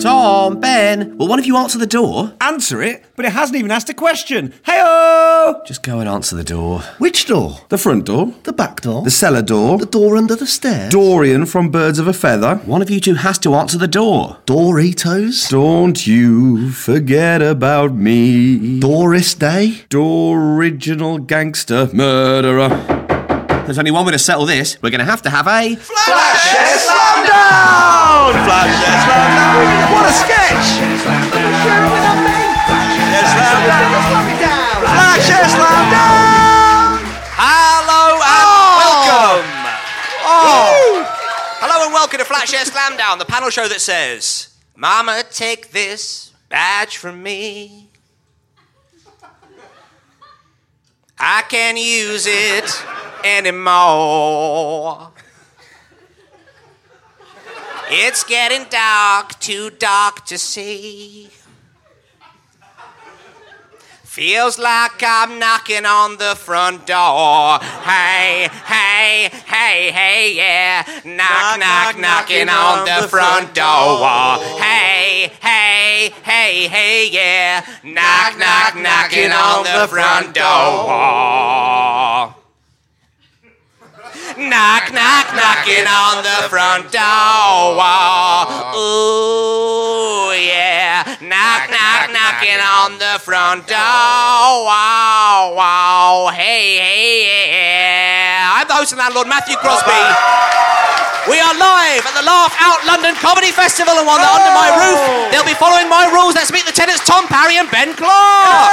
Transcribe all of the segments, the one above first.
Tom, Ben, will one of you answer the door? Answer it, but it hasn't even asked a question. Heyo! Just go and answer the door. Which door? The front door. The back door? The cellar door. The door under the stairs? Dorian from Birds of a Feather. One of you two has to answer the door. Doritos? Don't you forget about me. Doris Day? original gangster murderer. There's only one way to settle this. We're going to have to have a. What a sketch! Flash Slam Down! Oh. Hello and welcome. Woo. Hello and welcome to Flat Share Slam Down, the panel show that says, "Mama, take this badge from me. I can't use it anymore." It's getting dark, too dark to see. Feels like I'm knocking on the front door. Hey, hey, hey, hey, yeah. Knock, knock, knocking, on, the, front, door. Hey, hey, hey, hey, yeah. Knock, knock, knocking on the front door. Knock, knock, knocking on the front door. Ooh, yeah. Knock, knock, knocking on the front door. Wow, wow. Hey, hey, yeah. I'm the host and landlord, Matthew Crosby. We are live at the Laugh Out London Comedy Festival and one that under my roof. They'll be following my rules. Let's meet the tenants Tom Parry and Ben Clark.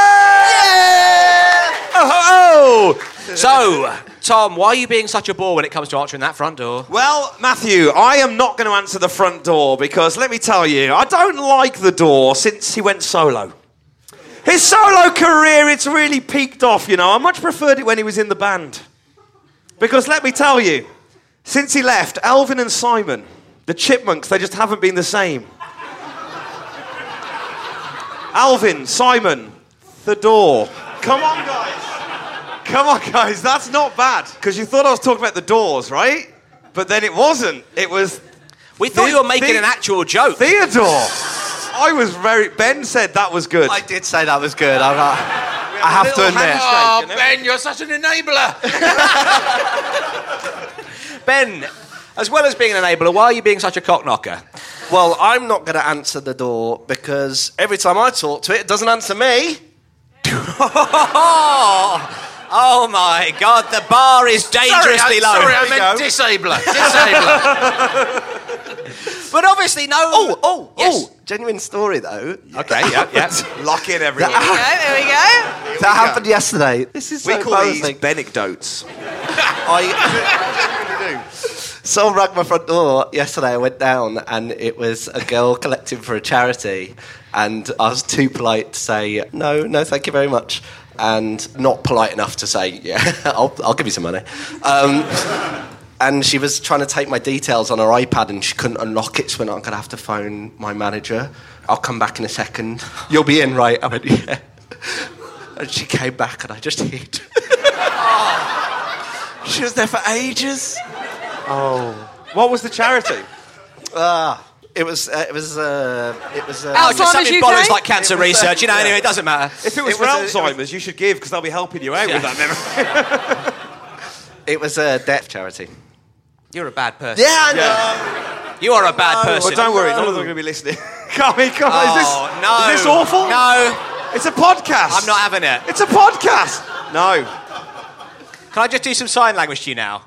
Yeah! Oh, oh, oh. So, Tom, why are you being such a bore when it comes to answering that front door? Well, Matthew, I am not going to answer the front door because let me tell you, I don't like the door since he went solo. His solo career, it's really peaked off, you know. I much preferred it when he was in the band. Because let me tell you, since he left, Alvin and Simon, the chipmunks, they just haven't been the same. Alvin, Simon, the door. Come on, guys. Come on, guys, that's not bad. Because you thought I was talking about the doors, right? But then it wasn't. It was We thought The- you were making the- an actual joke. Theodore. I was very. Ben said that was good. I did say that was good. I'm not, I have to admit. Oh, Ben, you're such an enabler. Ben, as well as being an enabler, why are you being such a cock knocker? Well, I'm not going to answer the door because every time I talk to it, it doesn't answer me. Oh, oh my God, the bar is dangerously low. disabler. Disabler. But obviously, no. oh, oh, Yes. oh. Genuine story, though. Okay, yeah, yeah. Lock in everyone. there we go. That happened yesterday. This is we so call these embarrassing. benecdotes. I someone rang my front door yesterday. I went down and it was a girl collecting for a charity, and I was too polite to say no, no, thank you very much, and not polite enough to say yeah, I'll, I'll give you some money. Um, and she was trying to take my details on her iPad, and she couldn't unlock it. So we're not going to have to phone my manager. I'll come back in a second. You'll be in, right? I went yeah. And she came back, and I just hid. She was there for ages. What was the charity? It was. Uh, it was. Uh, it was. Uh, Ouch, it's Alzheimer's something UK? bollocks like cancer It was, uh, research. You know, yeah. anyway, it doesn't matter. If it was, It was for a- Alzheimer's, you should give because they'll be helping you out with that memory. it was a deaf charity. You're a bad person. Yeah, I know. You are a bad person. But don't worry, none of them are going to be listening. Can't we? Can't, is, this, Oh, no. is this awful? No, It's a podcast. I'm not having it. It's a podcast. No. Can I just do some sign language to you now?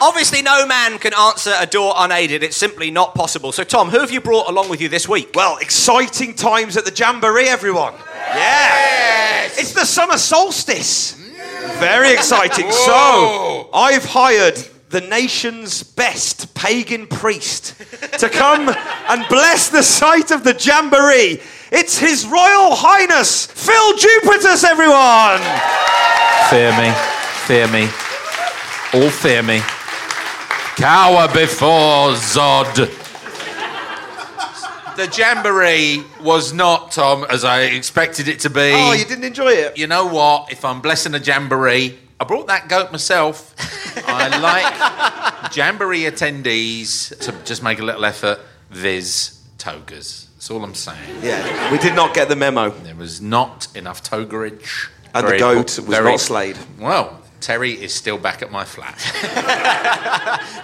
Obviously, no man can answer a door unaided. It's simply not possible. So, Tom, who have you brought along with you this week? Well, exciting times at the Jamboree, everyone. Yeah. It's the summer solstice. Very exciting. So, I've hired the nation's best pagan priest to come and bless the site of the jamboree. It's His Royal Highness Phil Jupiter's, everyone. Fear me. Fear me. All fear me. Cower before Zod. The jamboree was not, Tom, as I expected it to be. Oh, you didn't enjoy it? You know what? If I'm blessing a jamboree, I brought that goat myself. I like jamboree attendees to just make a little effort, viz. togas. That's all I'm saying. Yeah, we did not get the memo. There was not enough togerage. And the goat was not slayed. Well, Terry is still back at my flat.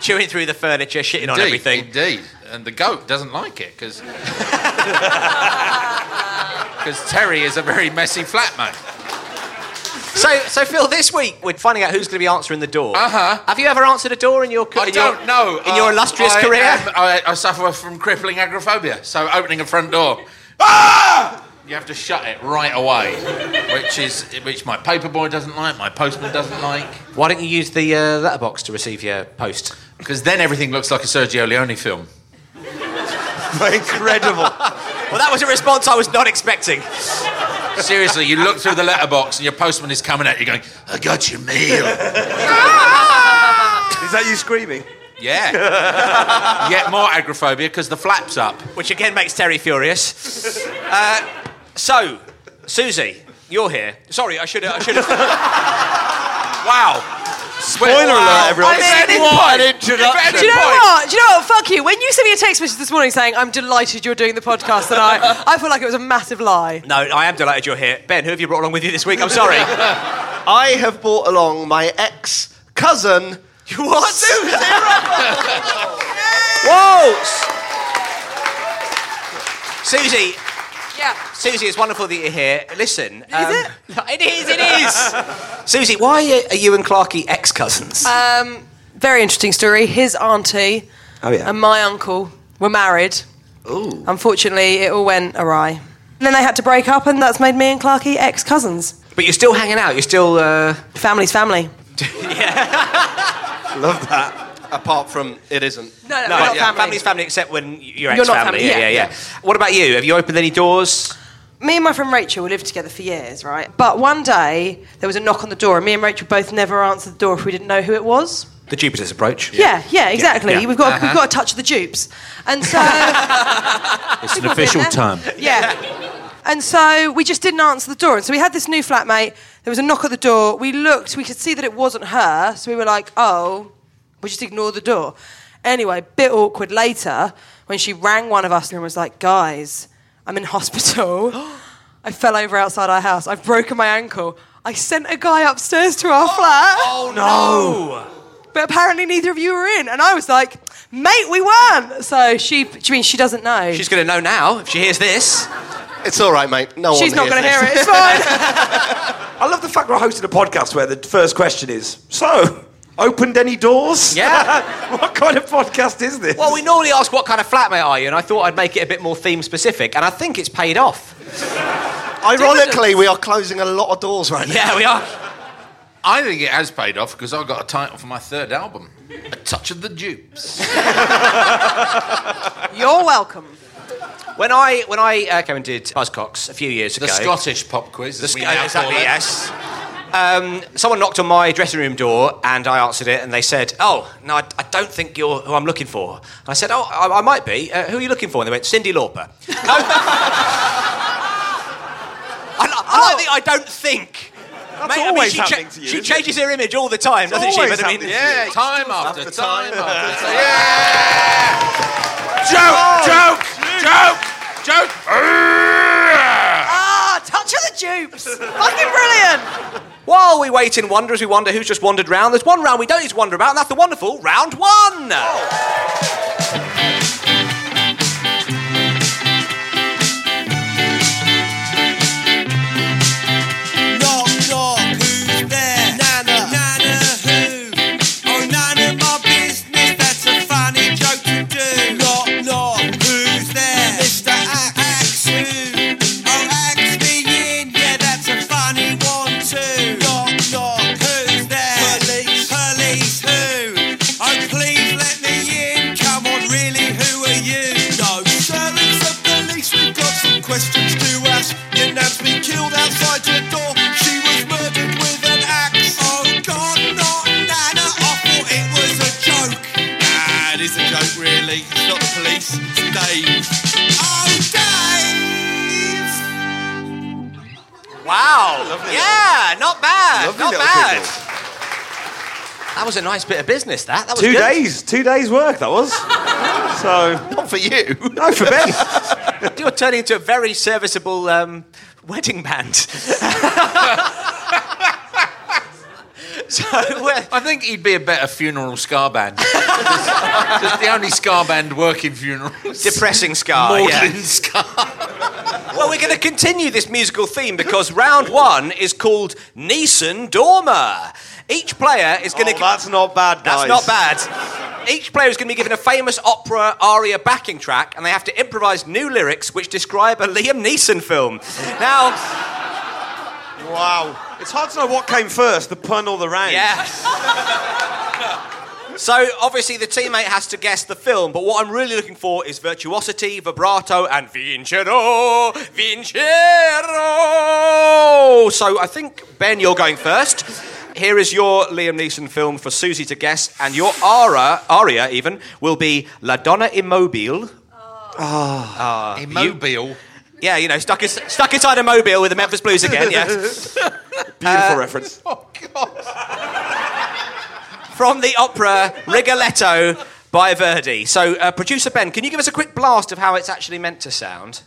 Chewing through the furniture, shitting on Indeed, everything. Indeed. And the goat doesn't like it because Terry is a very messy flatmate. So, so Phil, this week we're finding out who's going to be answering the door. Uh huh. Have you ever answered a door in your? ca- Uh-huh. I in your- don't know. In your Uh, illustrious I career. am- I, I suffer from crippling agoraphobia. So opening a front door, ah! You have to shut it right away, which is which my paperboy doesn't like, my postman doesn't like, Why don't you use the uh, letterbox to receive your post? because then everything looks like a Sergio Leone film. Incredible. Well, that was a response I was not expecting. Seriously, you look through the letterbox and your postman is coming at you, going, "I got your mail." Is that you screaming? Yeah. Yet more agoraphobia because the flap's up. which again makes Terry furious. Uh, so, Susie, you're here. Sorry, I should have. I should have. wow. Spoiler alert, everyone. I mean, An Do introduction. you know what? Oh, Do you know what? Fuck you. When you sent me a text message this morning saying I'm delighted you're doing the podcast tonight, I feel like it was a massive lie. No, I am delighted you're here. Ben, who have you brought along with you this week? I'm sorry. I have brought along my ex cousin. what? Whoa! Susie. Yeah. Susie, it's wonderful that you're here. Listen. Is it? It is, it is. Susie, why are you and Clarky ex cousins? Uh, Um, Very interesting story. His auntie Oh, yeah. and my uncle were married. Ooh. Unfortunately, it all went awry. And then they had to break up, and that's made me and Clarky ex cousins. but you're still hanging out. You're still. Uh... Family's family. Love that. Apart from it isn't. No, no, No, we're not yeah, family. family's family, except when You're you're ex not family. family, Yeah, yeah, yeah, yeah, What about you? Have you opened any doors? me and my friend Rachel we lived together for years, right? But one day there was a knock on the door, and me and Rachel both never answered the door if we didn't know who it was. The Jupiter's approach. Yeah, yeah, Uh-huh. exactly. yeah. We've got we've got to touch of the dupes, and so it's an official term. Yeah. And so we just didn't answer the door. And so we had this new flatmate. There was a knock at the door. We looked, we could see that it wasn't her. So we were like, oh, we just ignore the door. Anyway, bit awkward later when she rang one of us and was like, guys, I'm in hospital. I fell over outside our house. I've broken my ankle. I sent a guy upstairs to our flat. Oh, no. But apparently neither of you were in. And I was like, mate, we weren't. So she, do you mean she doesn't know? She's going to know now if she hears this. It's all right, mate. No one She's not hears going to hear it. It's fine. I love the fact we're hosting a podcast where the first question is so, opened any doors? Yeah. what kind of podcast is this? Well, we normally ask what kind of flatmate are you, and I thought I'd make it a bit more theme specific, and I think it's paid off. Ironically, we are closing a lot of doors right now. Yeah, we are. I think it has paid off because I got a title for my third album, A Touch of the Dupes. You're welcome. When I when I uh, came and did Buzzcocks a few years The ago, Scottish pop quiz. the as we Sc- now exactly, call it. yes. Um, someone knocked on my dressing room door, and I answered it, and they said, "Oh, no, I, I don't think you're who I'm looking for." And I said, "Oh, I, I might be. Uh, who are you looking for?" And they went, "Cindy Lauper." no. I, I, I, I don't think. That's always she happening to you, She isn't it? changes her image all the time, doesn't she? always But I mean, happening to Yeah, time after After time time. after time. Yeah! joke, joke, joke, joke. Ah, touch of the dupes. Fucking brilliant. While we wait in wonder as we wonder who's just wandered round, there's one round we don't need to wonder about, and that's the wonderful round one. Oh, Knock, knock, Wow. yeah, not bad. Lovely not little bad. giggle. That was a nice bit of business. That. that was Two good. days, two days' work that was. so not for you. No, for Ben. You're turning into a very serviceable um, wedding band. so uh, I think he'd be a better funeral scar band. just, just the only scar band working funerals. Depressing scar, Maudlin yeah. scar. well, we're going to continue this musical theme because round one is called Neeson Dormer. Each player is going to. Oh, that's not bad, That's guys. not bad. Each player is going to be given a famous opera aria backing track, and they have to improvise new lyrics which describe a Liam Neeson film. Now, Wow. It's hard to know what came first, the pun or the rain. yeah. So obviously the teammate has to guess the film, but what I'm really looking for is virtuosity, vibrato, and vincero, vincero. So I think Ben, you're going first. Here is your Liam Neeson film for Susie to guess, and your aria, aria even, will be La Donna Immobile. Immobile. Yeah, you know, stuck, is, stuck inside a mobile with the Memphis Blues again, yeah. uh, Beautiful reference. From the opera Rigoletto by Verdi. So, uh, producer Ben, can you give us a quick blast of how it's actually meant to sound?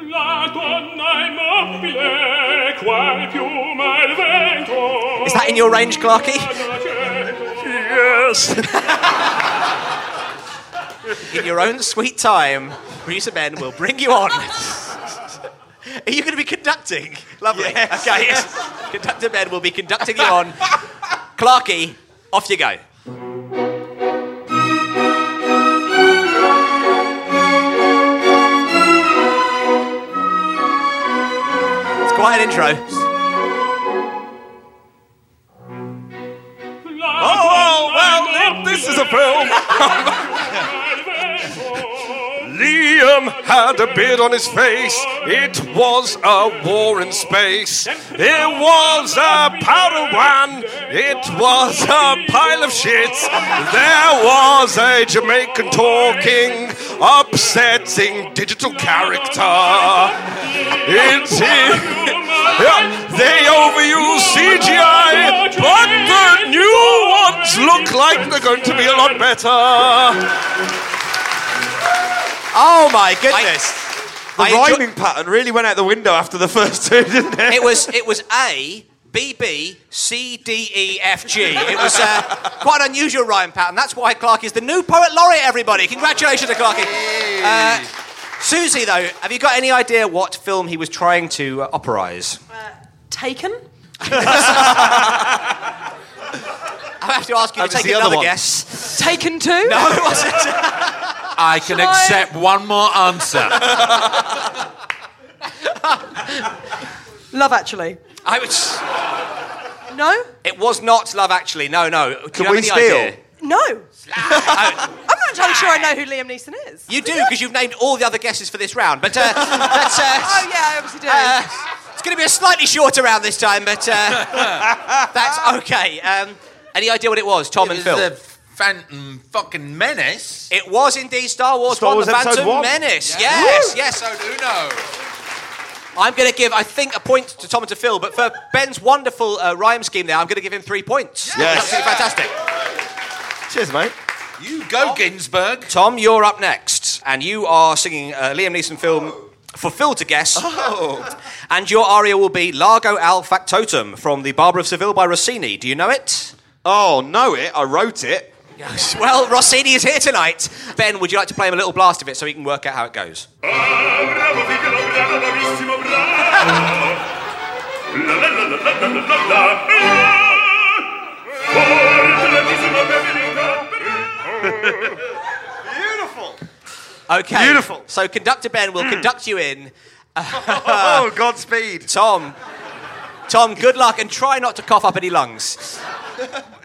La donna immobile, qual piuma il vento. Is that in your range, Clarky? Yes. In your own sweet time, producer Ben will bring you on. Are you going to be conducting? Lovely. Okay. Conductor Ben will be conducting you on. Clarky, off you go. It's quite an intro. Oh, well, This is a film. Liam had a beard on his face. It was a war in space. It was a powder one. It was a pile of shit. There was a Jamaican talking, upsetting digital character. It's yeah, they overuse CGI, but the new ones look like they're going to be a lot better. Oh my goodness. The I enjoy- rhyming pattern really went out the window after the first two, didn't it? it was it was A B B C D E F G. It was uh, quite an unusual rhyme pattern. That's why Clark is the new poet laureate. Everybody, congratulations to Clarky. Uh, Susie, though, have you got any idea what film he was trying to uh, operise? Taken? I have to ask you Oh, That to was take the other another one. guess. Taken 2? No, it wasn't. I can I- accept one more answer. Love Actually. I was. No? It was not Love Actually. No, no. Do Can you have we any steal? idea? No. I'm not entirely sure I know who Liam Neeson is. You do because you've named all the other guesses for this round. But uh, that's. Uh, Oh, yeah, I obviously do. Uh, it's going to be a slightly shorter round this time, but uh, that's okay. Um, any idea what it was, Tom It and was Phil? the Phantom fucking Menace. It was indeed Star Wars Star 1, Wars The Episode Phantom One. Menace. Yes, yes. So do know. I'm going to give, I think, a point to Tom and to Phil, but for Ben's wonderful uh, rhyme scheme there, I'm going to give him three points. Yes. Absolutely fantastic. Cheers, mate. You go, Ginsburg. Tom, you're up next, and you are singing a Liam Neeson film for Phil to guess. Oh. And your aria will be Largo al Factotum from The Barber of Seville by Rossini. Do you know it? Oh, know it. I wrote it. Yes. Well, Rossini is here tonight. Ben, would you like to play him a little blast of it so he can work out how it goes? bravo, figlio, bravo, bravissimo, bravo. La la la la la la la la la. Forte, lentissimo, benvenuto, bravo. Okay. Beautiful. So, conductor Ben will conduct you in. oh, Godspeed. Tom, Tom, good luck and try not to cough up any lungs.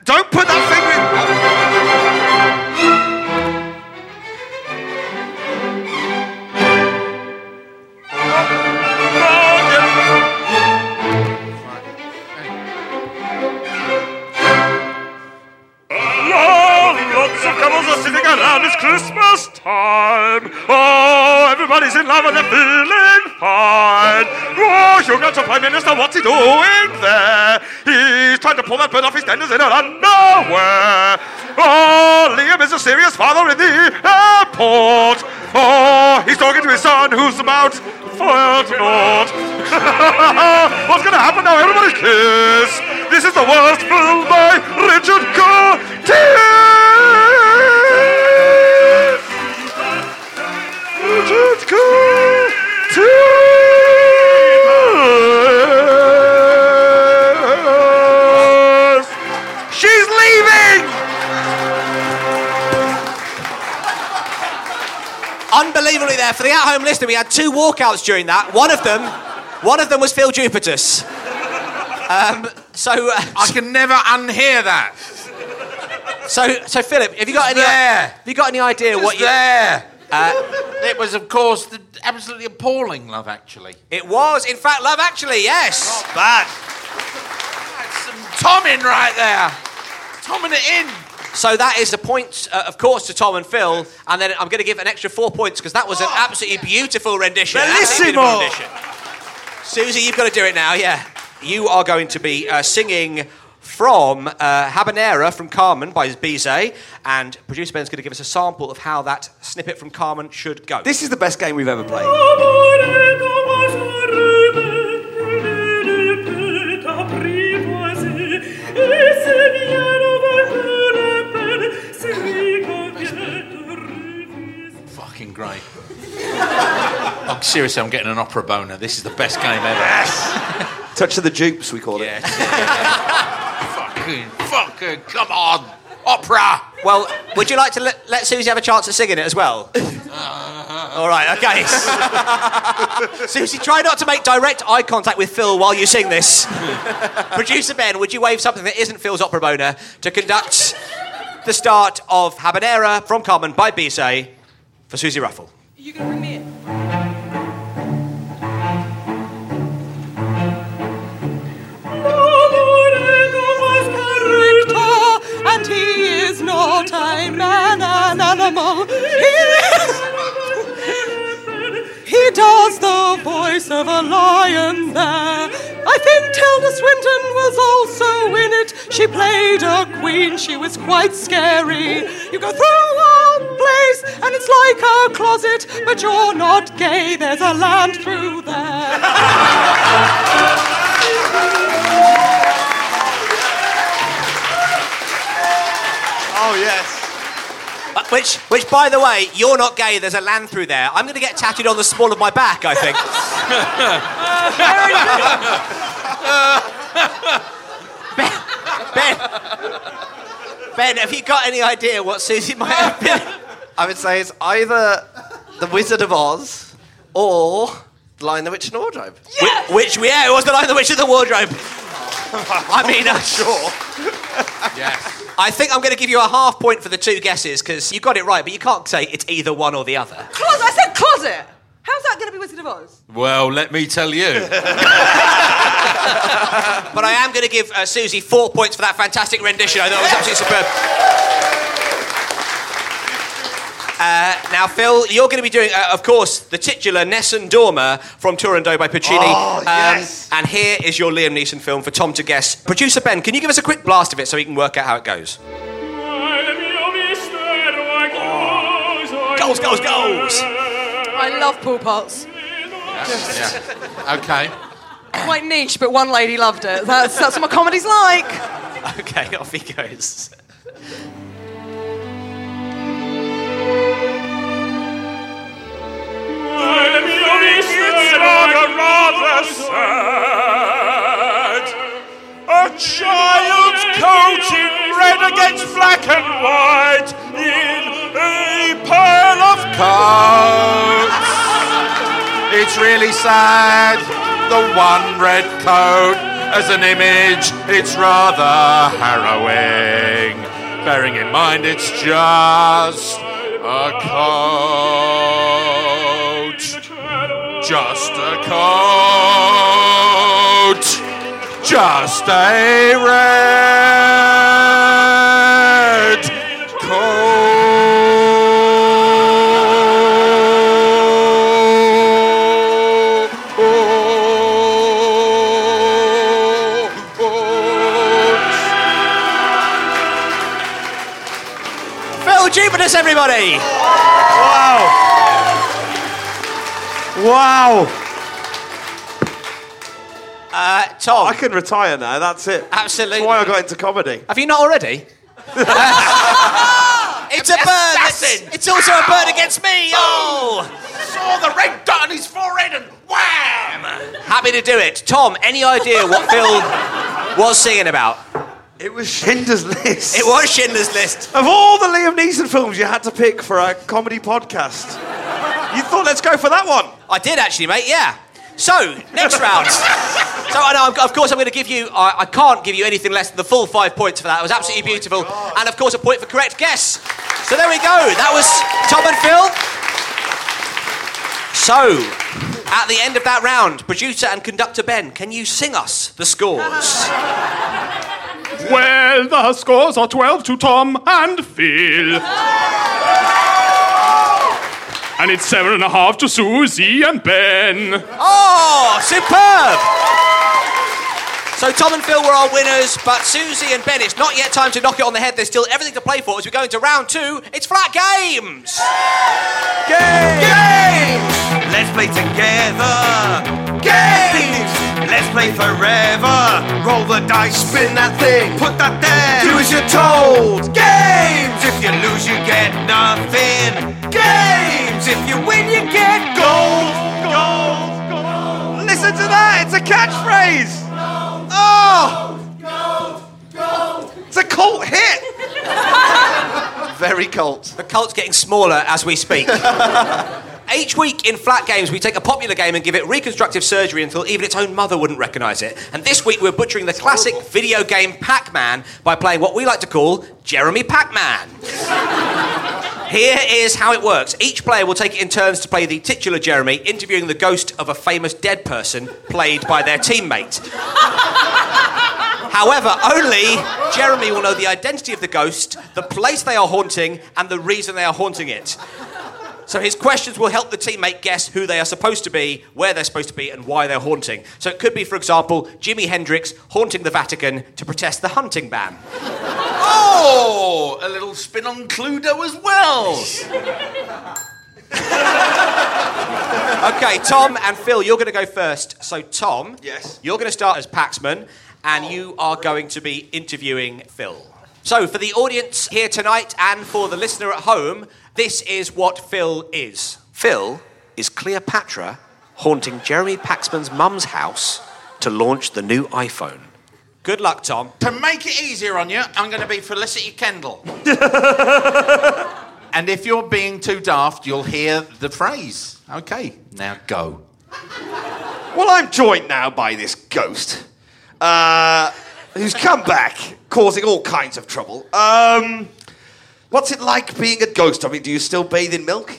Don't put that finger in. Love, lots of couples are sitting around. It's Christmas time. Oh, everybody's in love and they're feeling hide. Oh, Sugar's the Prime Minister, what's he doing there? He's trying to pull that bird off his tenders in nowhere. Oh, Liam is a serious father in the airport. Oh, he's talking to his son who's about fired naught. what's going to happen now? Everybody kiss. This is the worst film by Richard Curtis. Richard Curtis. She's leaving. Unbelievably, there for the at-home listener, we had two walkouts during that. One of them, one of them was Phil Jupitus. Um, so I can never unhear that. So, so Philip, have you got It's any? there. Have you got any idea It's what you? there. Uh, It was, of course, the absolutely appalling Love Actually. it was, in fact, Love Actually. Yes. Not bad. That's some Tom in right there. Tomming it in. So that is a point, uh, of course, to Tom and Phil, and then I'm going to give an extra four points because that was an absolutely beautiful rendition. Absolutely Bellissimo. beautiful rendition. Susie, you've got to do it now. Yeah, you are going to be uh, singing from uh, Habanera from Carmen by Bizet, and producer Ben's going to give us a sample of how that snippet from Carmen should go. This is the best game we've ever played. Fucking great. I'm seriously, I'm getting an opera boner. This is the best game ever. Yes. Touch of the Dupes, we call it. Fucking, fucking, come on, opera. Well, would you like to let, let Susie have a chance at singing it as well? All right, okay. Susie, try not to make direct eye contact with Phil while you sing this. Producer Ben, would you wave something that isn't Phil's opera boner to conduct the start of Habanera from Carmen by Bizet for Susie Ruffle? and he is not a man, an animal. He, he does the voice of a lion there. I think Tilda Swinton was also in it. She played a queen, she was quite scary. You go through a place and it's like a closet, but you're not gay, there's a land through there. Oh, yes. Which, which, by the way, you're not gay, there's a land through there. I'm going to get tattooed on the small of my back, I think. ben, Ben, have you got any idea what Susie might have been? I would say it's either The Wizard of Oz or The Lion, the Witch, and the Wardrobe. Which, yeah, it was The Lion, the Witch, and the Wardrobe. I mean, I'm sure. Yes. I think I'm going to give you a half point for the two guesses because you got it right, but you can't say it's either one or the other. Closet. I said closet. How's that going to be Wizard of Oz? Well, let me tell you. But I am going to give uh, Susie four points for that fantastic rendition. I thought it was absolutely superb. Uh, now, Phil, you're going to be doing, uh, of course, the titular Nessun Dorma from Turandot by Puccini. Oh, yes. And here is your Liam Neeson film for Tom to guess. Producer Ben, can you give us a quick blast of it so we can work out how it goes? Goals, goals, goals! I love pool parts. Okay. Quite niche, but one lady loved it. That's, that's what my comedy's like. Okay, off he goes. It's rather, rather sad. A child coat in red against black and white in a pile of coats. It's really sad. The one red coat as an image, it's rather harrowing. Bearing in mind, it's just a coat. Just a coat. Just a red coat. Stupidus, everybody! Wow! Wow! Uh, Tom. I can retire now, that's it. Absolutely. That's why I got into comedy. Have you not already? It's a bird. Assassin. It's, it's also a bird against me. Oh! Saw the red dot on his forehead and wham! Happy to do it. Tom, any idea what Phil was singing about? It was Schindler's List. It was Schindler's List. Of all the Liam Neeson films you had to pick for a comedy podcast, you thought, let's go for that one. I did actually, mate. Yeah. So next round. So I know, I'm- of course, I'm going to give you. I, I can't give you anything less than the full five points for that. It was absolutely beautiful, and of course, a point for correct guess. So there we go. That was Tom and Phil. So, at the end of that round, producer and conductor Ben, can you sing us the scores? Well, the scores are 12 to Tom and Phil. And it's seven and a half to Susie and Ben. Oh, superb! So Tom and Phil were our winners, but Susie and Ben, it's not yet time to knock it on the head. There's still everything to play for as we go into round two. It's flat games. Games! Let's play together! Games! Let's play forever! Roll the dice, spin that thing, put that there! Do as you're told! Games! If you lose, you get nothing! Games! If you win, you get gold! Gold! Gold! Listen to that! It's a catchphrase! Oh! It's a cult hit! Very cult. The cult's getting smaller as we speak. Each week in flat games, we take a popular game and give it reconstructive surgery until even its own mother wouldn't recognise it. And this week, we're butchering the classic video game Pac Man by playing what we like to call Jeremy Pac Man. Here is how it works each player will take it in turns to play the titular Jeremy, interviewing the ghost of a famous dead person played by their teammate. However, only Jeremy will know the identity of the ghost, the place they are haunting, and the reason they are haunting it. So his questions will help the teammate guess who they are supposed to be, where they're supposed to be, and why they're haunting. So it could be, for example, Jimi Hendrix haunting the Vatican to protest the hunting ban. Oh, a little spin on Cluedo as well. Okay, Tom and Phil, you're going to go first. So Tom, yes, you're going to start as Paxman, and you are going to be interviewing Phil. So for the audience here tonight and for the listener at home, this is what Phil is. Phil is Cleopatra haunting Jeremy Paxman's mum's house to launch the new iPhone. Good luck, Tom. To make it easier on you, I'm going to be Felicity Kendall. and if you're being too daft, you'll hear the phrase. Okay, now go. Well, I'm joined now by this ghost uh, who's come back causing all kinds of trouble. Um, what's it like being a ghost? I mean, do you still bathe in milk?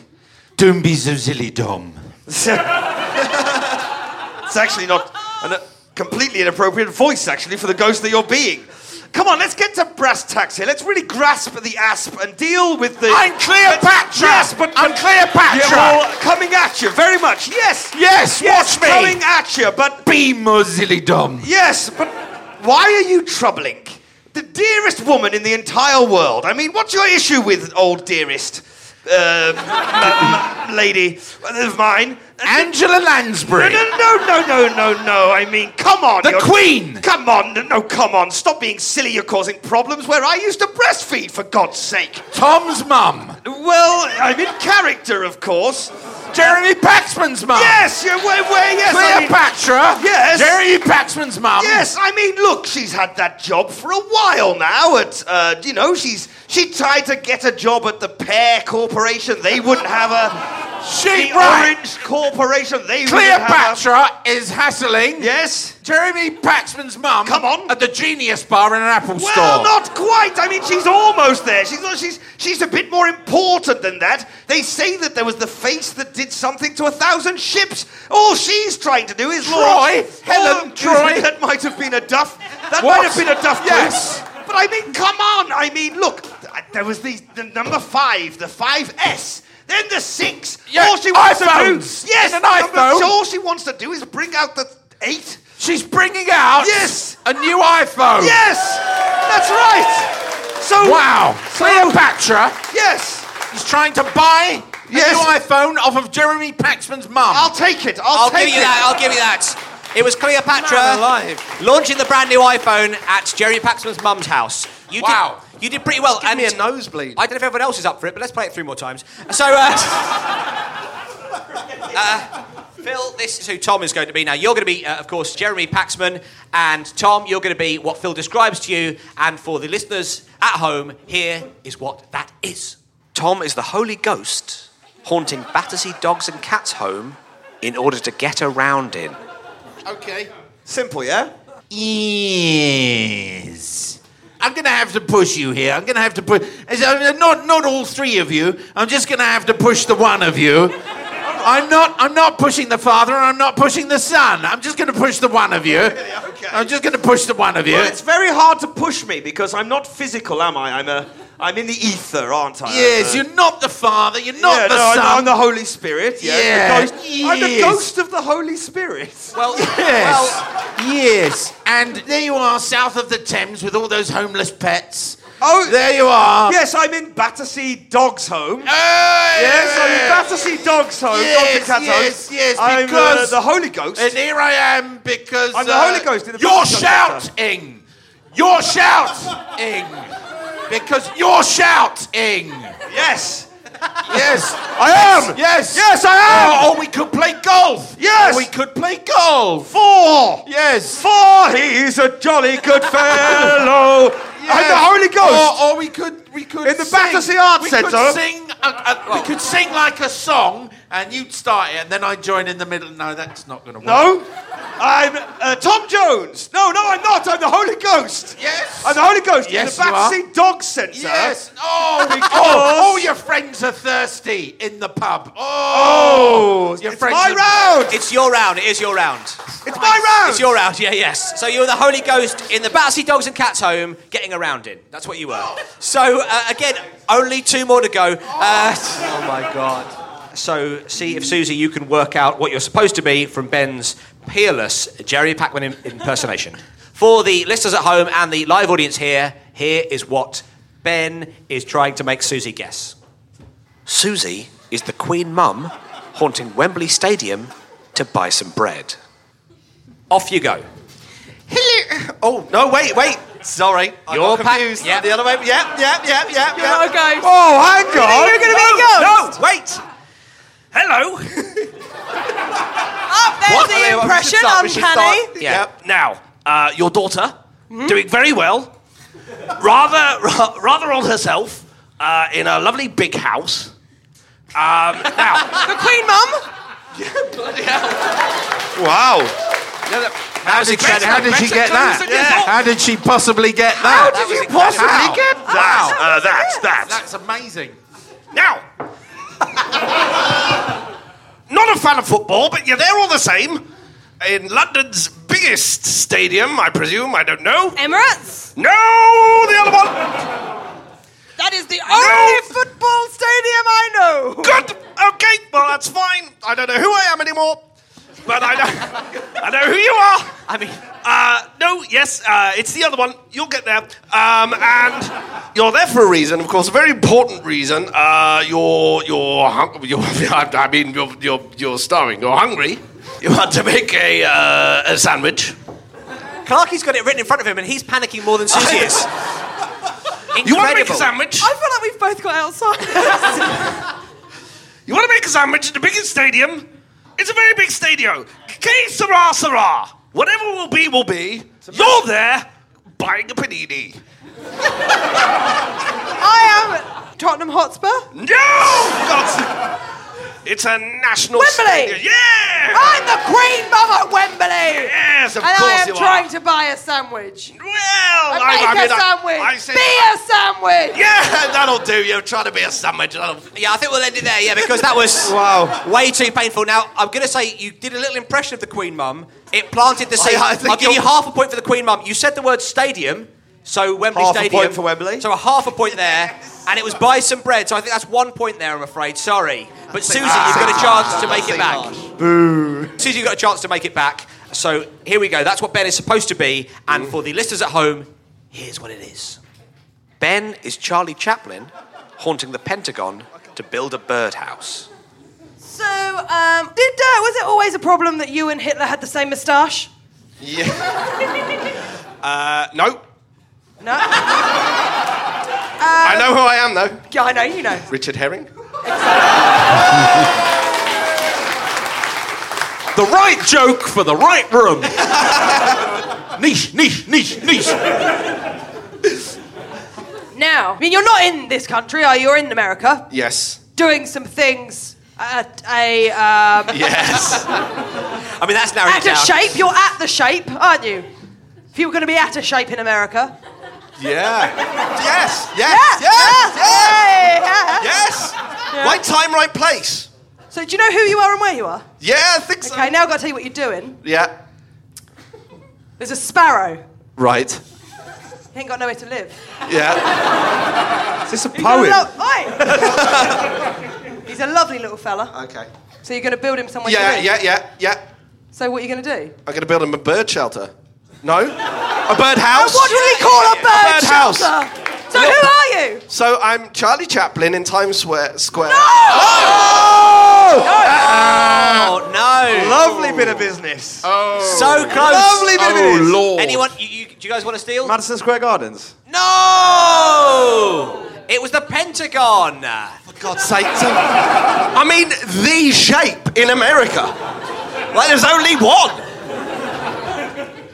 Don't be so silly, Dom. it's actually not a completely inappropriate voice, actually, for the ghost that you're being. Come on, let's get to brass tacks here. Let's really grasp the asp and deal with the. I'm Cleopatra! Yes, but I'm Cleopatra! Yeah, well, coming at you very much. Yes, Yes, watch me! Coming at you, but be more silly, Dom. Yes, but why are you troubling the dearest woman in the entire world? I mean, what's your issue with old dearest uh, m- m- lady of mine? Angela Lansbury. No, no, no, no, no, no, no. I mean, come on. The you're- Queen. Come on, no, no, come on. Stop being silly. You're causing problems where I used to breastfeed, for God's sake. Tom's mum. Well, I'm in character, of course. Jeremy Paxman's mum. Yes, yeah, where, where, yes. I mean- Cleopatra. yes. Jeremy Paxman's mum. Yes, I mean, look, she's had that job for a while now. At uh, you know, she's she tried to get a job at the Pear Corporation. They wouldn't have her. She- the right. Orange Corporation. They wouldn't have her. Cleopatra is hassling. Yes. Jeremy Paxman's mum. Come on. At the Genius Bar in an Apple store. Well, not quite. I mean, she's almost there. She's not, she's she's a bit more important than that. They say that there was the face that did something to a thousand ships. All she's trying to do is Troy? launch- Oh, Helen Troy? That might have been a duff. That What? might have been a duff. clue. Yes. But I mean, come on. I mean, look. There was the, the number five, the five S. Then the six. Yeah, all she wants iPhones. to do, yes, And an number- iPhone. All she wants to do is bring out the eight. She's bringing out Yes. a new iPhone. Yes, that's right. So wow, Cleopatra. Yes, he's trying to buy a Yes. new iPhone off of Jeremy Paxman's mum. I'll take it. I'll, give you that. I'll give you that. It was Man Cleopatra alive. launching the brand new iPhone at Jeremy Paxman's mum's house. You Wow. Did, you did pretty well. and me a nosebleed. I don't know if everyone else is up for it, but let's play it three more times. So, uh, uh, Phil, this is who Tom is going to be now. You're going to be, uh, of course, Jeremy Paxman, and Tom, you're going to be what Phil describes to you. And for the listeners at home, here is what that is. Tom is the Holy Ghost haunting Battersea Dogs and Cats Home in order to get around in. Okay. Simple, yeah? Yes. I'm going to have to push you here. I'm going to have to push. uh, Not, not all three of you. I'm just going to have to push the one of you. I'm not, I'm not pushing the father and I'm not pushing the son. I'm just going to push the one of you. I'm just going to push the one of you. Well, it's very hard to push me because I'm not physical, am I? I'm a, I'm in the ether, aren't I? Yes, Uh, you're not the father. You're not yeah, the no, I'm- son. I'm the Holy Spirit. Yeah. Yeah. The ghost- I'm the Yes. ghost of the Holy Spirit. Well, yes. yes. And there you are, south of the Thames, with all those homeless pets. Oh, there you are. Yes, I'm in Battersea Dogs Home. yes, I'm in Battersea Dogs Home. Dogs and Yes, Cats Home. yes, yes, I'm, because uh, the Holy Ghost. And here I am because I'm the uh, Holy Ghost in the you're Baptist Church. shouting, you're shouting, because you're shouting. Yes. Yes, I am. Yes, Yes, I am. Oh, or we could play golf. Yes. Or we could play golf. Four. Yes. For he's a jolly good fellow. Oh, I'm the Yes. Holy Ghost. Or, or we could we could In the sing- Battersea Arts we Centre. Could sing a, a, we could sing like a song, and you'd start it, and then I'd join in the middle. No, that's not going to work. No, I'm uh, Tom Jones. No, no, I'm not. I'm the Holy Ghost. Yes. I'm the Holy Ghost. Yes, in you the are. backseat dog centre. Yes. Oh, Because- oh, all your friends are thirsty in the pub. Oh, Oh, your it's friends my are- round. It's your round. It is your round. It's my round. It's your round. Yeah, yes. So you were the Holy Ghost in the Battersea Dogs and Cats home, getting around in. That's what you were. So uh, again, only two more to go. Uh, Oh my god. so see if Susie, you can work out what you're supposed to be from Ben's peerless Jerry Packman im- impersonation. For the listeners at home and the live audience here, here is what Ben is trying to make Susie guess. Susie is the Queen Mum haunting Wembley Stadium to buy some bread. Off you go. Hello. Oh no! Wait, wait. Sorry, I You're got pa- confused. yeah. The other way. Yep, yep, yep, yep. You're not a ghost. Oh, hang on. You're gonna be a no, ghost. No, wait. Hello. Up there's What? the impression, uncanny. Yeah. Now, uh, your daughter Hmm? doing very well, rather ra- rather on herself uh, in a lovely big house. Um, now, The Queen Mum. Wow. How did, she, how did she get that? How did she possibly get How that? did you possibly How? get Wow. that? uh, that's that. Oh. That's amazing. Now, not a fan of football, but you're there all the same. In London's biggest stadium, I presume. I don't know. Emirates. No, the other one. That is the only football stadium I know. Good. Okay. Well, that's fine. I don't know who I am anymore, but I know. I know who you are. I mean, Uh, no, yes, uh, it's the other one. You'll get there. Um, and you're there for a reason, of course, a very important reason. Uh, you're, you're, hung- you're I mean, you're, you're, you're starving. You're hungry. You want to make a, uh, a sandwich. Clarky's got it written in front of him, and he's panicking more than Susie is. Incredible. You want to make a sandwich? I feel like we've both got outside. You want to make a sandwich at the biggest stadium? It's a very big stadium. K Sarah Sarah. Whatever will be, will be. You're there buying a panini. I am Tottenham Hotspur. No! God. It's a national Wembley! stadium. Yeah! I'm the Queen Mum at Wembley. Yes, of and course I am you trying are. to buy a sandwich. Well, I, make I mean, a I- sandwich. I say- be a sandwich. Yeah, that'll do. You're trying to be a sandwich. That'll... Yeah, I think we'll end it there. Yeah, because that was Wow. way too painful. Now I'm going to say you did a little impression of the Queen Mum. It planted the seed. I- I think I'll give you you're- half a point for the Queen Mum. You said the word stadium, so Wembley Half a Stadium. point for Wembley. So a half a point there, and it was buy some bread. So I think that's one point there. I'm afraid. Sorry, but Susie, you've got a chance to make it back. Susie, you've got a chance to make it back. So here we go. That's what Ben is supposed to be. And for the listeners at home, here's what it is. Ben is Charlie Chaplin haunting the Pentagon to build a birdhouse. So, um, did uh, was it always a problem that you and Hitler had the same moustache? Uh, no. No. I know who I am, though. Yeah, I know. You know. Richard Herring. the right joke for the right room. Niche, niche, niche, niche. Now, I mean, you're not in this country, are you? You're in America, Yes. doing some things at a um, Yes. I mean, that's now at a shape. You're at the shape, aren't you? If you were going to be at a shape in America, Yeah. yes, yes, yes, yes. Yes. Yeah. Right time, right place. So, do you know who you are and where you are? Yeah, I think so. Okay, now I've got to tell you what you're doing. Yeah. There's a sparrow. Right. He ain't got nowhere to live. Yeah. Is this a He's got a lo- Oi! He's a lovely little fella. Okay. So you're going to build him somewhere to Yeah, live? yeah, yeah, yeah. So what are you going to do? I'm going to build him a bird shelter. No? A bird house? What would we call a bird, bird house. shelter? So who are you? So I'm Charlie Chaplin in Times Square. Square. No! Oh! no. Lovely bit of business. Oh. So close. Lovely bit of Oh, business. Lord. Anyone? You, you, do you guys want to steal? Madison Square Gardens. No. It was the Pentagon. For God's sake. so- I mean, the shape in America. Like, there's only one.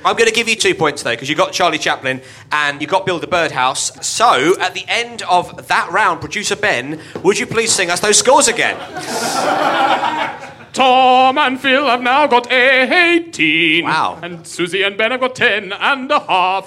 I'm going to give you two points though, because you got Charlie Chaplin and you got Build a Birdhouse. So at the end of that round, producer Ben, would you please sing us those scores again? Tom and Phil have now got 18. Wow. And Susie and Ben have got 10 and a half.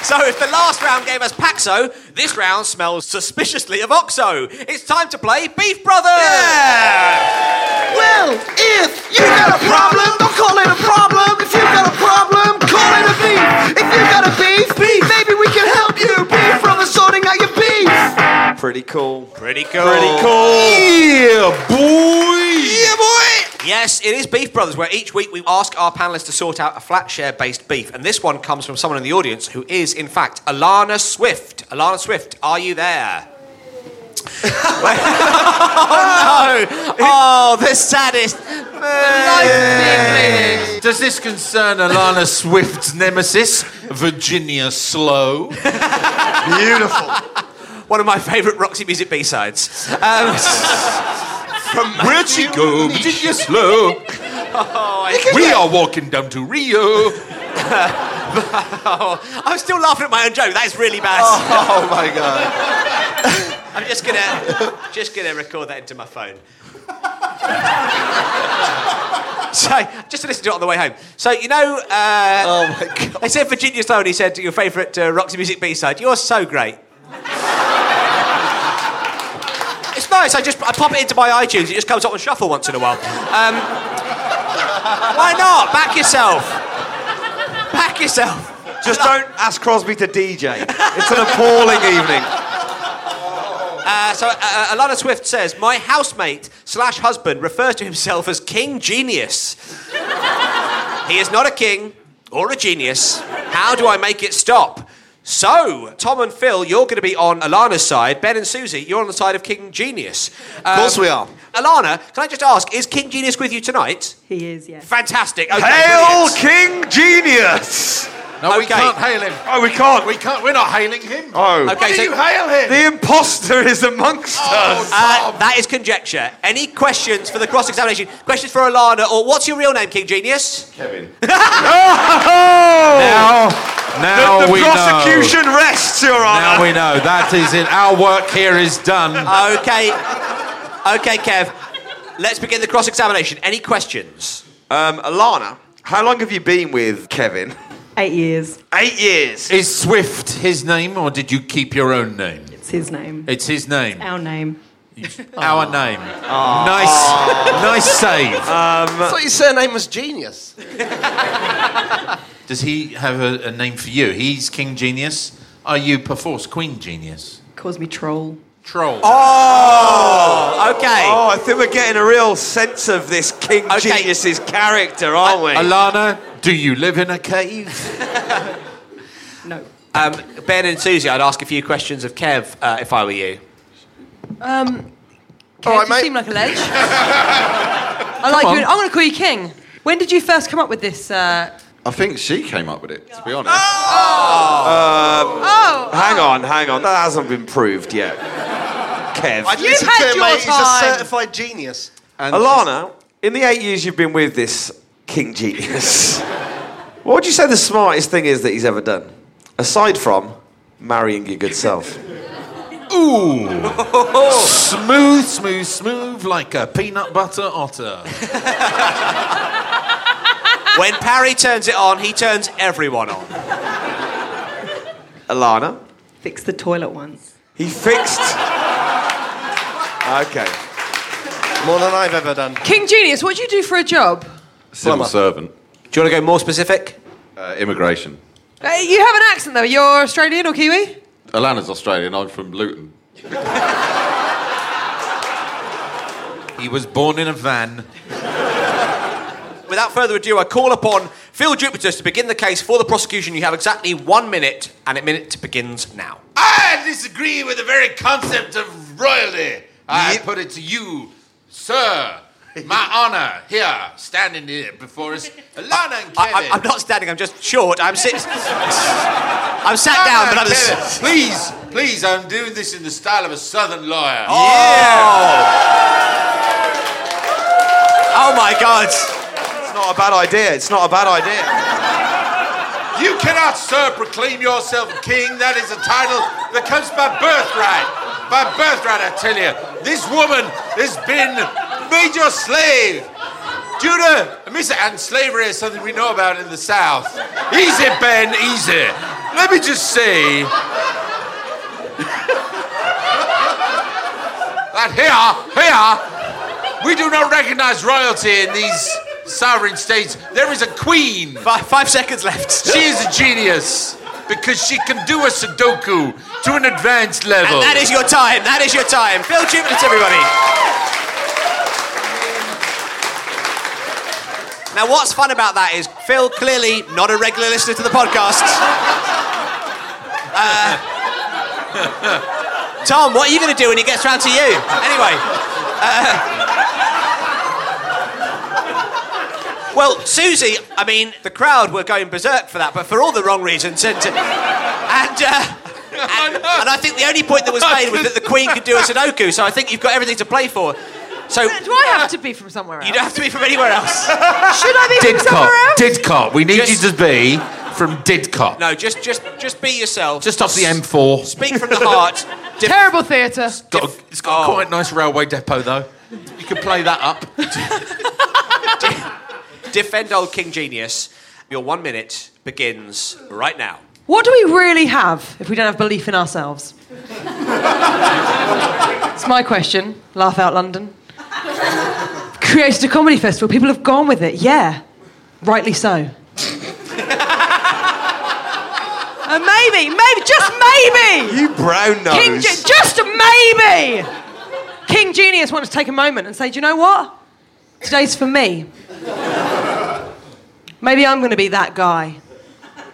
So if the last round gave us Paxo, this round smells suspiciously of Oxo. It's time to play Beef Brothers. Well, if you got a problem, don't call it a problem. If you got a problem, call it a beef. If you got a beef, beef, maybe we can help you. Beef from sorting out your beef. Pretty cool. Pretty cool. Pretty cool. Yeah, boy. Yeah, boy. Yes, it is Beef Brothers, where each week we ask our panelists to sort out a flat share based beef. And this one comes from someone in the audience who is, in fact, Alana Swift. Alana Swift, are you there? oh no! Oh, the saddest. Does this concern Alana Swift's nemesis, Virginia Slow? Beautiful. One of my favourite Roxy Music B sides. Um, From where'd she go, Virginia Slow? Oh, we are walking down to Rio. Oh, I'm still laughing at my own joke. That is really bad. Oh, my God. I'm just gonna just gonna record that into my phone. so just to listen to it on the way home. So you know, uh, oh my god! They said Virginia Sloan. He said your favourite uh, Roxy Music B side. You're so great. it's nice. I just I pop it into my iTunes. It just comes up on shuffle once in a while. Um, Why not? Back yourself. Back yourself. Just don't ask Crosby to DJ. It's an appalling evening. Uh, so, uh, uh, Alana Swift says, My housemate slash husband refers to himself as King Genius. he is not a king or a genius. How do I make it stop? So, Tom and Phil, you're going to be on Alana's side. Ben and Susie, you're on the side of King Genius. Um, Of course we are. Alana, can I just ask, is King Genius with you tonight? He is, yes. Fantastic. Okay, Hail brilliant. King Genius! No, we Okay. can't hail him. Oh, we can't. We can't. We're not hailing him. Oh. Why Okay, do so- you hail him? Oh. The imposter is amongst us. Uh, that is conjecture. Any questions for the cross examination? Questions for Alana, or what's your real name, King Genius? Kevin. now, now the, the we know. prosecution rests, Your Honour. Now we know that is it. Our work here is done. Okay, okay, Kev. Let's begin the cross examination. Any questions? Um, Alana, how long have you been with Kevin? Eight years. Eight years. Is Swift his name, or did you keep your own name? It's his name. It's his name. Our name. Our name. Nice, nice save. I thought your surname was Genius. Does he have a, a name for you? He's King Genius. Are you perforce Queen Genius? Ah, Calls me troll. Troll. Oh, okay. Oh, I think we're getting a real sense of this King Genius's character, aren't we? Alana, do you live in a cave? No. Um, ben and Susie, I'd ask a few questions of Kev uh, if I were you. Um, All right, you mate. seem like a ledge. I like Come you. on. I'm going to call you King. When did you first come up with this? Uh... I think she came up with it, to be honest. Um, Oh, hang on, hang on. That hasn't been proved yet. Kev. I'd You've listen had to him, your mate. time. He's a certified genius. Alana, in the eight years you've been with this King Genius, what would you say the smartest thing is that he's ever done? Aside from marrying your good self. Ooh. smooth, smooth, smooth, like a peanut butter otter. When Parry turns it on, he turns everyone on. Alana, Fixed the toilet once. he fixed. okay. More than I've ever done. King Genius, what do you do for a job? Civil Plumber. servant. Do you want to go more specific? Uh, immigration. Uh, you have an accent though. You're Australian or Kiwi? Alana's Australian. I'm from Luton. He was born in a van. Without further ado, I call upon Phil Jupiter to begin the case for the prosecution. You have exactly one minute, and a minute begins now. I disagree with the very concept of royalty. I put it to you, sir. My honour here, standing here before us, Alana and I, Kevin. I, am not standing. I'm just short. I'm sit. I'm sat down, but I'm just. Please, please, I'm doing this in the style of a southern lawyer. Yeah. Oh my God. It's not a bad idea. It's not a bad idea. You cannot, sir, proclaim yourself king. That is a title that comes by birthright. By birthright, I tell you. This woman has been made your slave. Judah, Mr. And slavery is something we know about in the South. Easy, Ben, easy. Let me just say that here, here, we do not recognize royalty in these sovereign states. There is a queen. Five, five seconds left. She is a genius because she can do a Sudoku to an advanced level. And that is your time. That is your time. Phil Jupiter, everybody. Now, what's fun about that is Phil clearly not a regular listener to the podcast. Uh, Tom, what are you going to do when he gets round to you? Anyway. uh, well, Susie, I mean, the crowd were going berserk for that, but for all the wrong reasons. And, and, uh, and, and I think the only point that was made was that the Queen could do a Sudoku, so I think you've got everything to play for. So Do I have to be from somewhere else? you don't have to be from anywhere else. Should I be from somewhere Didcot. else? Didcot. We need you to be from Didcot. No, just just just be yourself. Just off the M4. Speak from the heart. Oh, Dif- Terrible theatre. Got a- it's got quite a nice railway depot, though. You could play that up. defend old King Genius. Your one minute begins right now. What do we really have if we don't have belief in ourselves? it's my question. Laugh out, London. created a comedy festival. People have gone with it. Yeah, rightly so. and Uh, maybe, maybe, just maybe. You brown nose. King, Ge- just maybe. King Genius wants to take a moment and say, "Do you know what? Today's for me. Maybe I'm going to be that guy.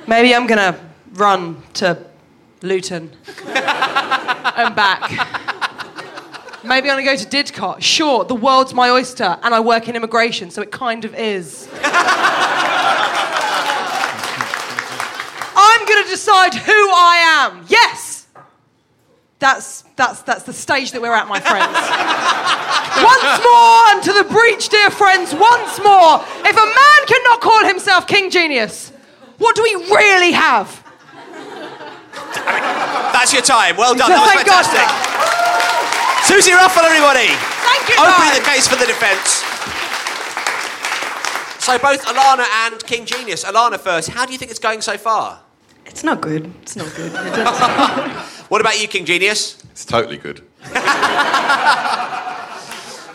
Maybe I'm going to run to Luton and back. Maybe I'm going to go to Didcot. Sure, the world's my oyster, and I work in immigration, so it kind of is. I'm going to decide who I am. Yes. That's, that's, that's the stage that we're at, my friends. once more, and to the breach, dear friends, once more. If a man cannot call himself King Genius, what do we really have? That's your time. Well done. So that was thank God for fantastic. Susie Ruffle, everybody. Thank you. Opening guys. the case for the defence. So both Alana and King Genius. Alana first. How do you think it's going so far? It's not good. It's not good. What about you, King Genius? It's totally good.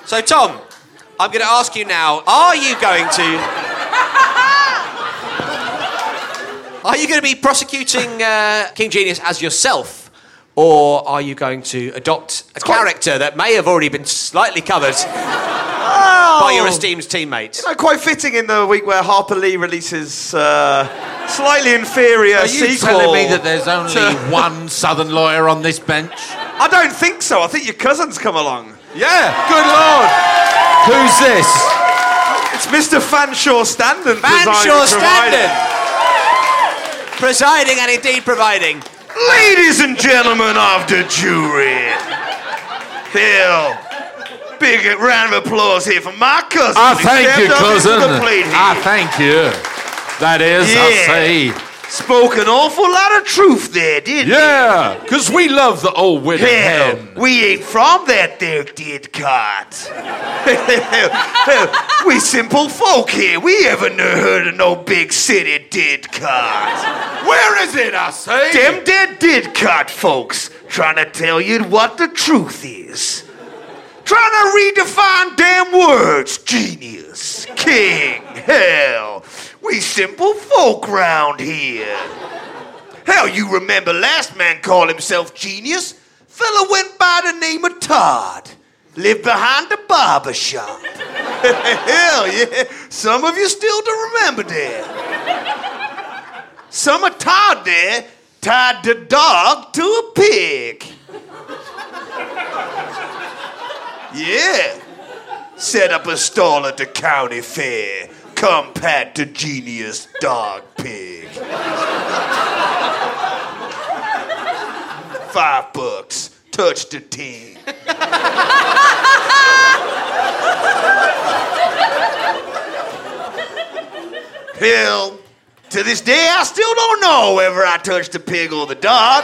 So Tom, I'm going to ask you now. Are you going to? Are you going to be prosecuting uh, King Genius as yourself? Or are you going to adopt a character that may have already been slightly covered Oh. by your esteemed teammate? You know, quite fitting in the week where Harper Lee releases uh, slightly inferior Are you sequel. telling me that there's only to- one Southern lawyer on this bench? I don't think so. I think your cousin's come along. Yeah. Good lord. Who's this? It's Mr. Fanshawe Standen. Fanshawe presiding, Standen. Presiding and indeed providing. providing. Ladies and gentlemen of the jury, Hill. Big round of applause here for my cousin. I who Ah, thank stepped you, up into cousin. Ah. the plate here. I thank you. That is, Yeah. I say. Spoke an awful lot of truth there, didn't he? Yeah, because we love the old widow Hell, hen. we ain't from that there dead cot. we simple folk here. We ever never heard of no big city dead cot. Where is it, I say? Them dead dead cot folks trying to tell you what the truth is. Trying to redefine damn words, genius, king, hell. We simple folk round here. Hell, you remember last man called himself genius? Fella went by the name of Todd. Lived behind the barber shop. Hell yeah, some of you still do remember that. Some of Todd there tied the dog to a pig. Yeah. Set up a stall at the county fair. Come pat the genius dog pig. Five bucks. Touch the ting. Hell, to this day, I still don't know whether I touched the pig or the dog.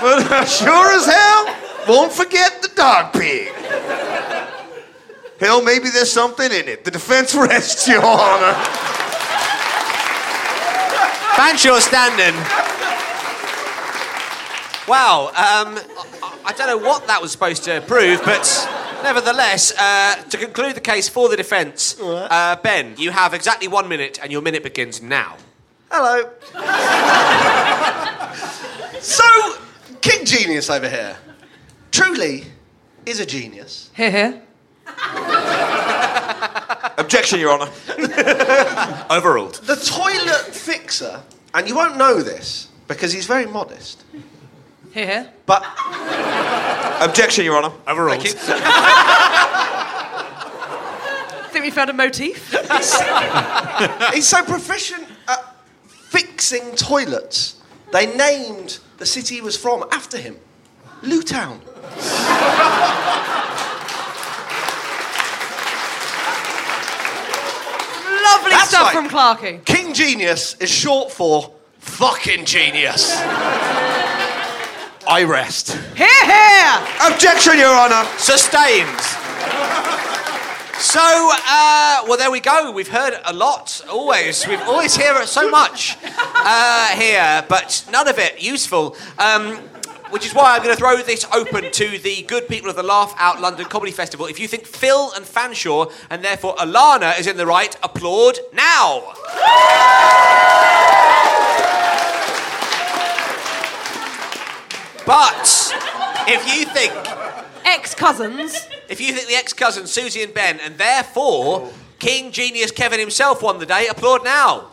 but I sure as hell won't forget the dog pig. Hell, maybe there's something in it. The defense rests, Your Honor. Fanshawe standing. Wow, um, I, I don't know what that was supposed to prove, but nevertheless, uh, to conclude the case for the defence, uh, Ben, you have exactly one minute, and your minute begins now. Hello. so, King Genius over here truly is a genius. Here, here. Objection, Your Honor. Overruled. The toilet fixer, and you won't know this because he's very modest, Here, here. but Objection, Your Honor. Overruled. I think we found a motif. he's so proficient at fixing toilets. They named the city he was from after him Lutown. Lovely That's stuff right. from Clarky. King Genius is short for fucking genius. I rest. Here, here. Objection, Your Honor. Sustained. So, uh, well, there we go. We've heard a lot, always. We've always hear so much uh, here, but none of it useful. Um, Which is why I'm going to throw this open to the good people of the Laugh Out London Comedy Festival. If you think Phil and Fanshawe, and therefore Alana, is in the right, applaud now. But if you think ex cousins, if you think the ex cousins Susie and Ben, and therefore King Genius Kevin himself won the day, applaud now.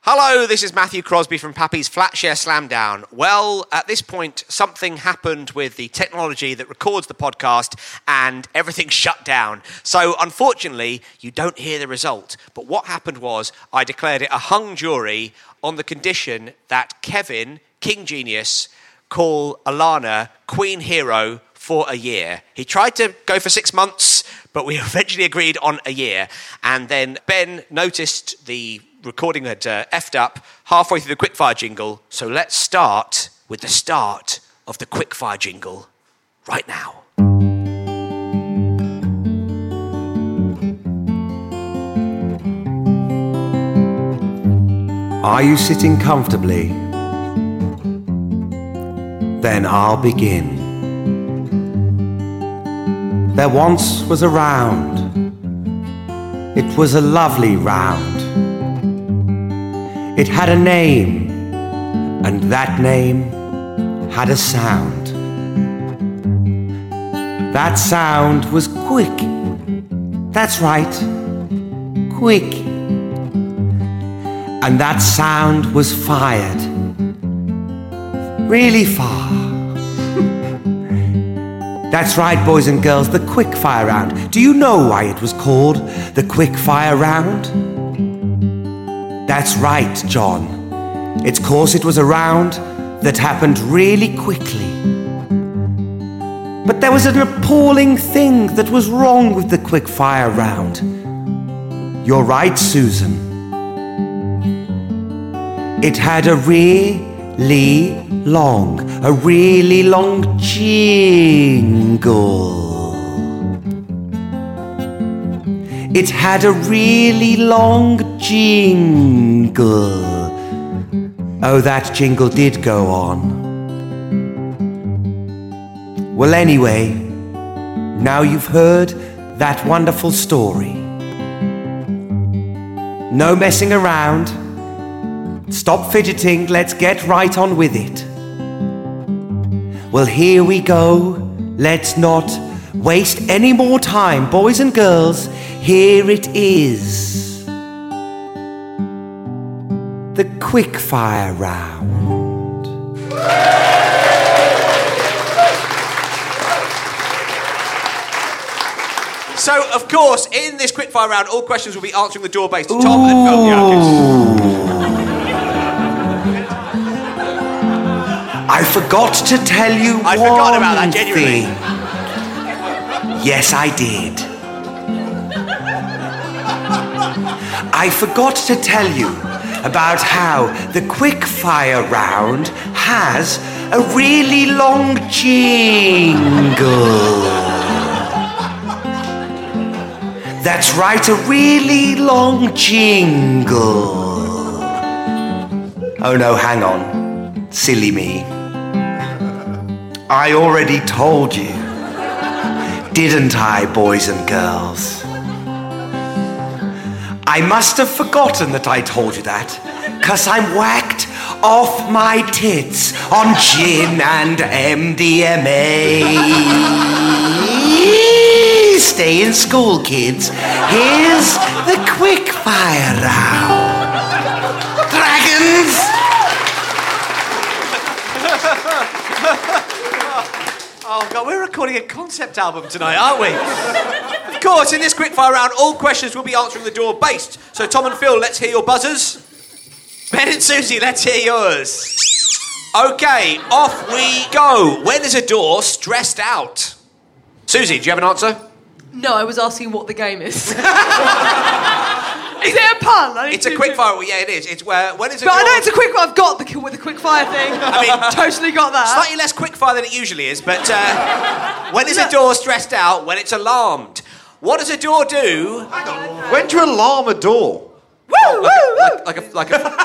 Hello, this is Matthew Crosby from Pappy's Flatshare Slamdown. Well, at this point, something happened with the technology that records the podcast and everything shut down. So, unfortunately, you don't hear the result. But what happened was I declared it a hung jury on the condition that Kevin, King Genius, call Alana Queen Hero for a year. He tried to go for six months, but we eventually agreed on a year. And then Ben noticed the recording had uh, effed up halfway through the quickfire jingle. So let's start with the start of the quickfire jingle right now. Are you sitting comfortably? Then I'll begin. There once was a round. It was a lovely round. It had a name, and that name had a sound. That sound was quick. That's right, quick. And that sound was fired. Really far. That's right, boys and girls, the quick fire round. Do you know why it was called the quick fire round? That's right, John. Its course it was a round that happened really quickly. But there was an appalling thing that was wrong with the quick fire round. You're right, Susan. It had a really long, a really long jingle. It had a really long jingle. Oh, that jingle did go on. Well, anyway, now you've heard that wonderful story. No messing around. Stop fidgeting, let's get right on with it. Well, here we go. Let's not waste any more time, boys and girls. Here it is the quickfire round. So, of course, in this quickfire round, all questions will be answering the door based to Tom and Phil. I forgot to tell you I forgot about that, genuinely. Yes, I did. I forgot to tell you about how the quick fire round has a really long jingle. That's right, a really long jingle. Oh no, hang on. Silly me. I already told you. Didn't I, boys and girls? I must have forgotten that I told you that, because I'm whacked off my tits on gin and MDMA. Stay in school, kids. Here's the quick fire round. Dragons! Oh god, we're recording a concept album tonight, aren't we? of course, in this quickfire round, all questions will be answering the door based. So Tom and Phil, let's hear your buzzers. Ben and Susie, let's hear yours. Okay, off we go. When is a door stressed out? Susie, do you have an answer? No, I was asking what the game is. is it a pun? I need It's a to- quickfire. Well, yeah, it is. It's where when is a But door? I know it's a quick. I've got the with the quick fire thing. I mean, totally got that. Slightly less quickfire than it usually is, but uh, when is a door stressed out? When it's alarmed. What does a door do? Hang on. When do you alarm a door? Woo, woo, like, woo. Like, like a. Like a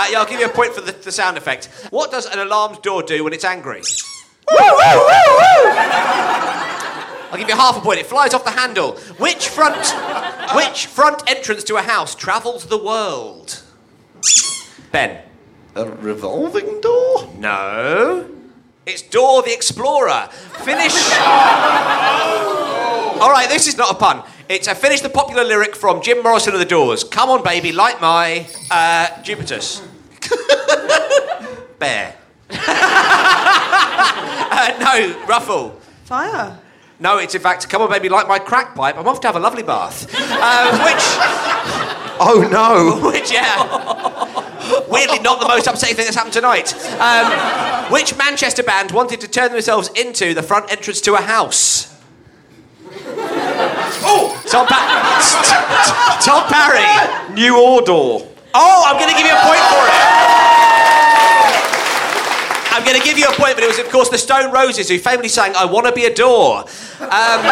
Uh, yeah, I'll give you a point for the, the sound effect. What does an alarmed door do when it's angry? Woo, woo, woo, woo! I'll give you half a point. It flies off the handle. Which front, which front entrance to a house travels the world? Ben. A revolving door? No. It's Door the Explorer. Finish. All right, this is not a pun. It's I finished the popular lyric from Jim Morrison of the Doors. Come on, baby, light my uh, Jupiter's bear. uh, no, Ruffle. Fire. No, it's in fact, come on, baby, light my crack pipe. I'm off to have a lovely bath. Um, which. Oh no! Which, yeah. Weirdly, not the most upsetting thing that's happened tonight. Um, which Manchester band wanted to turn themselves into the front entrance to a house? Oh! Tom, pa- Tom Parry! New Order. Oh, I'm going to give you a point for it. I'm going to give you a point, but it was, of course, the Stone Roses who famously sang "I Want to Be a Door." Um,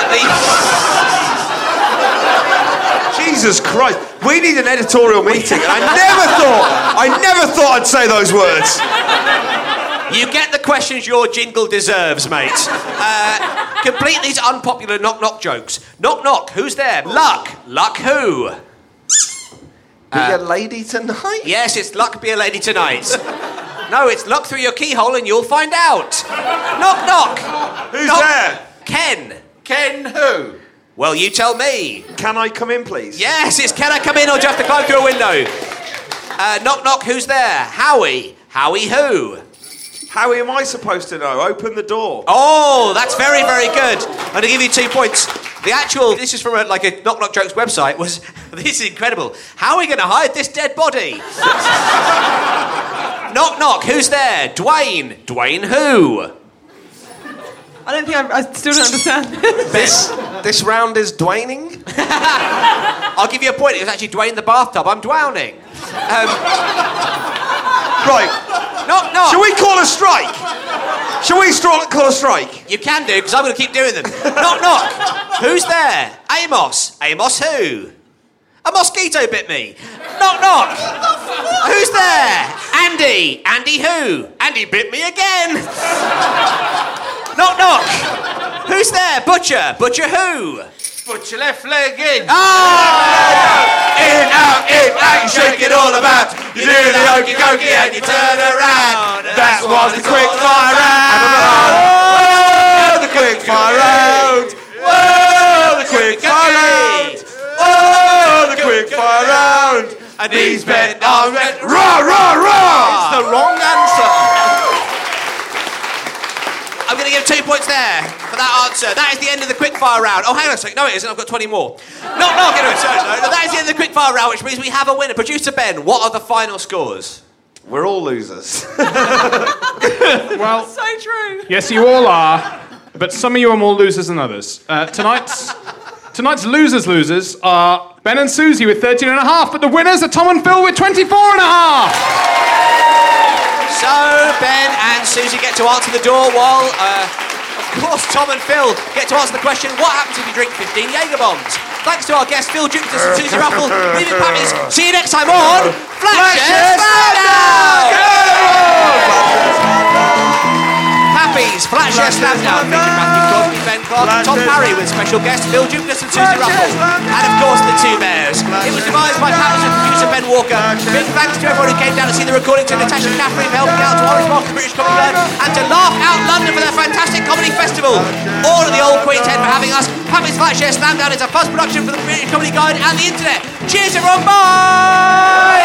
Jesus Christ! We need an editorial meeting, and I never thought, I never thought I'd say those words. the- you get the questions your jingle deserves, mate. Uh, complete these unpopular knock knock jokes. Knock knock. Who's there? Luck. Luck who? Be a lady tonight? Yes, it's luck be a lady tonight. No, it's luck through your keyhole and you'll find out. Knock, knock. Who's there? Ken. Ken who? Well, you tell me. Can I come in, please? Yes, it's can I come in or do you have to climb through a window? Uh, knock, knock. Who's there? Howie. Howie who? How am I supposed to know? Open the door. Oh, that's very, very good. I'm going to give you two points. The actual, this is from a, like a Knock Knock Jokes website, was this is incredible. How are we going to hide this dead body? knock Knock, who's there? Dwayne. Dwayne who? I don't think I, I still don't understand. This, this round is Dwaning? I'll give you a point. It was actually Dwayne the bathtub. I'm drowning. Um, right. Knock Knock. Shall we call a strike? Shall we stra- call a strike? You can do, because I'm going to keep doing them. knock, knock. Who's there? Amos. Amos who? A mosquito bit me. Knock, knock. Who's there? Andy. Andy who? Andy bit me again. knock, knock. Who's there? Butcher. Butcher who? Put your left leg in. Ah! In, out, in, out, you shake it all about. You do the hokey cokey and you turn around. That was the quick fire round. The quick fire round. Whoa, the quick fire round. Whoa, the quick fire round. And these bent arms went rah, rah, rah. It's the wrong answer. I'm going to give two points there for that answer. That is the end of the quickfire round. Oh, hang on a sec. No, it isn't. I've got 20 more. No, no, get it. Sorry, sorry. No, that is the end of the quickfire round, which means we have a winner. Producer Ben, what are the final scores? We're all losers. well, so true. Yes, you all are, but some of you are more losers than others. Uh, tonight's tonight's losers losers are Ben and Susie with 13 and a half, but the winners are Tom and Phil with 24 and a half. So Ben and Susie get to answer the door while, uh, of course, Tom and Phil get to answer the question: What happens if you drink 15 Jaeger bombs? Thanks to our guests Phil Jupiter and Susie Ruffle. Leave it puppies. See you next time on Flashes Pappies, Flatshare Slamdown, featuring Matthew Crosby, Ben Clark, and Tom Parry with special guests Phil Jupiter and Susie Ruffle, and of course the Two Bears. It was devised by Patterson producer Ben Walker. Big thanks to everyone who came down to see the recording, to Natasha Caffrey for helping out, to Orange Mark, the British Comedy Club, and to Laugh Out London for their fantastic comedy festival. All of the old Queen's Head for having us. Pappies, Flatshare Slamdown is a post production for the British Comedy Guide and the internet. Cheers, everyone. Bye.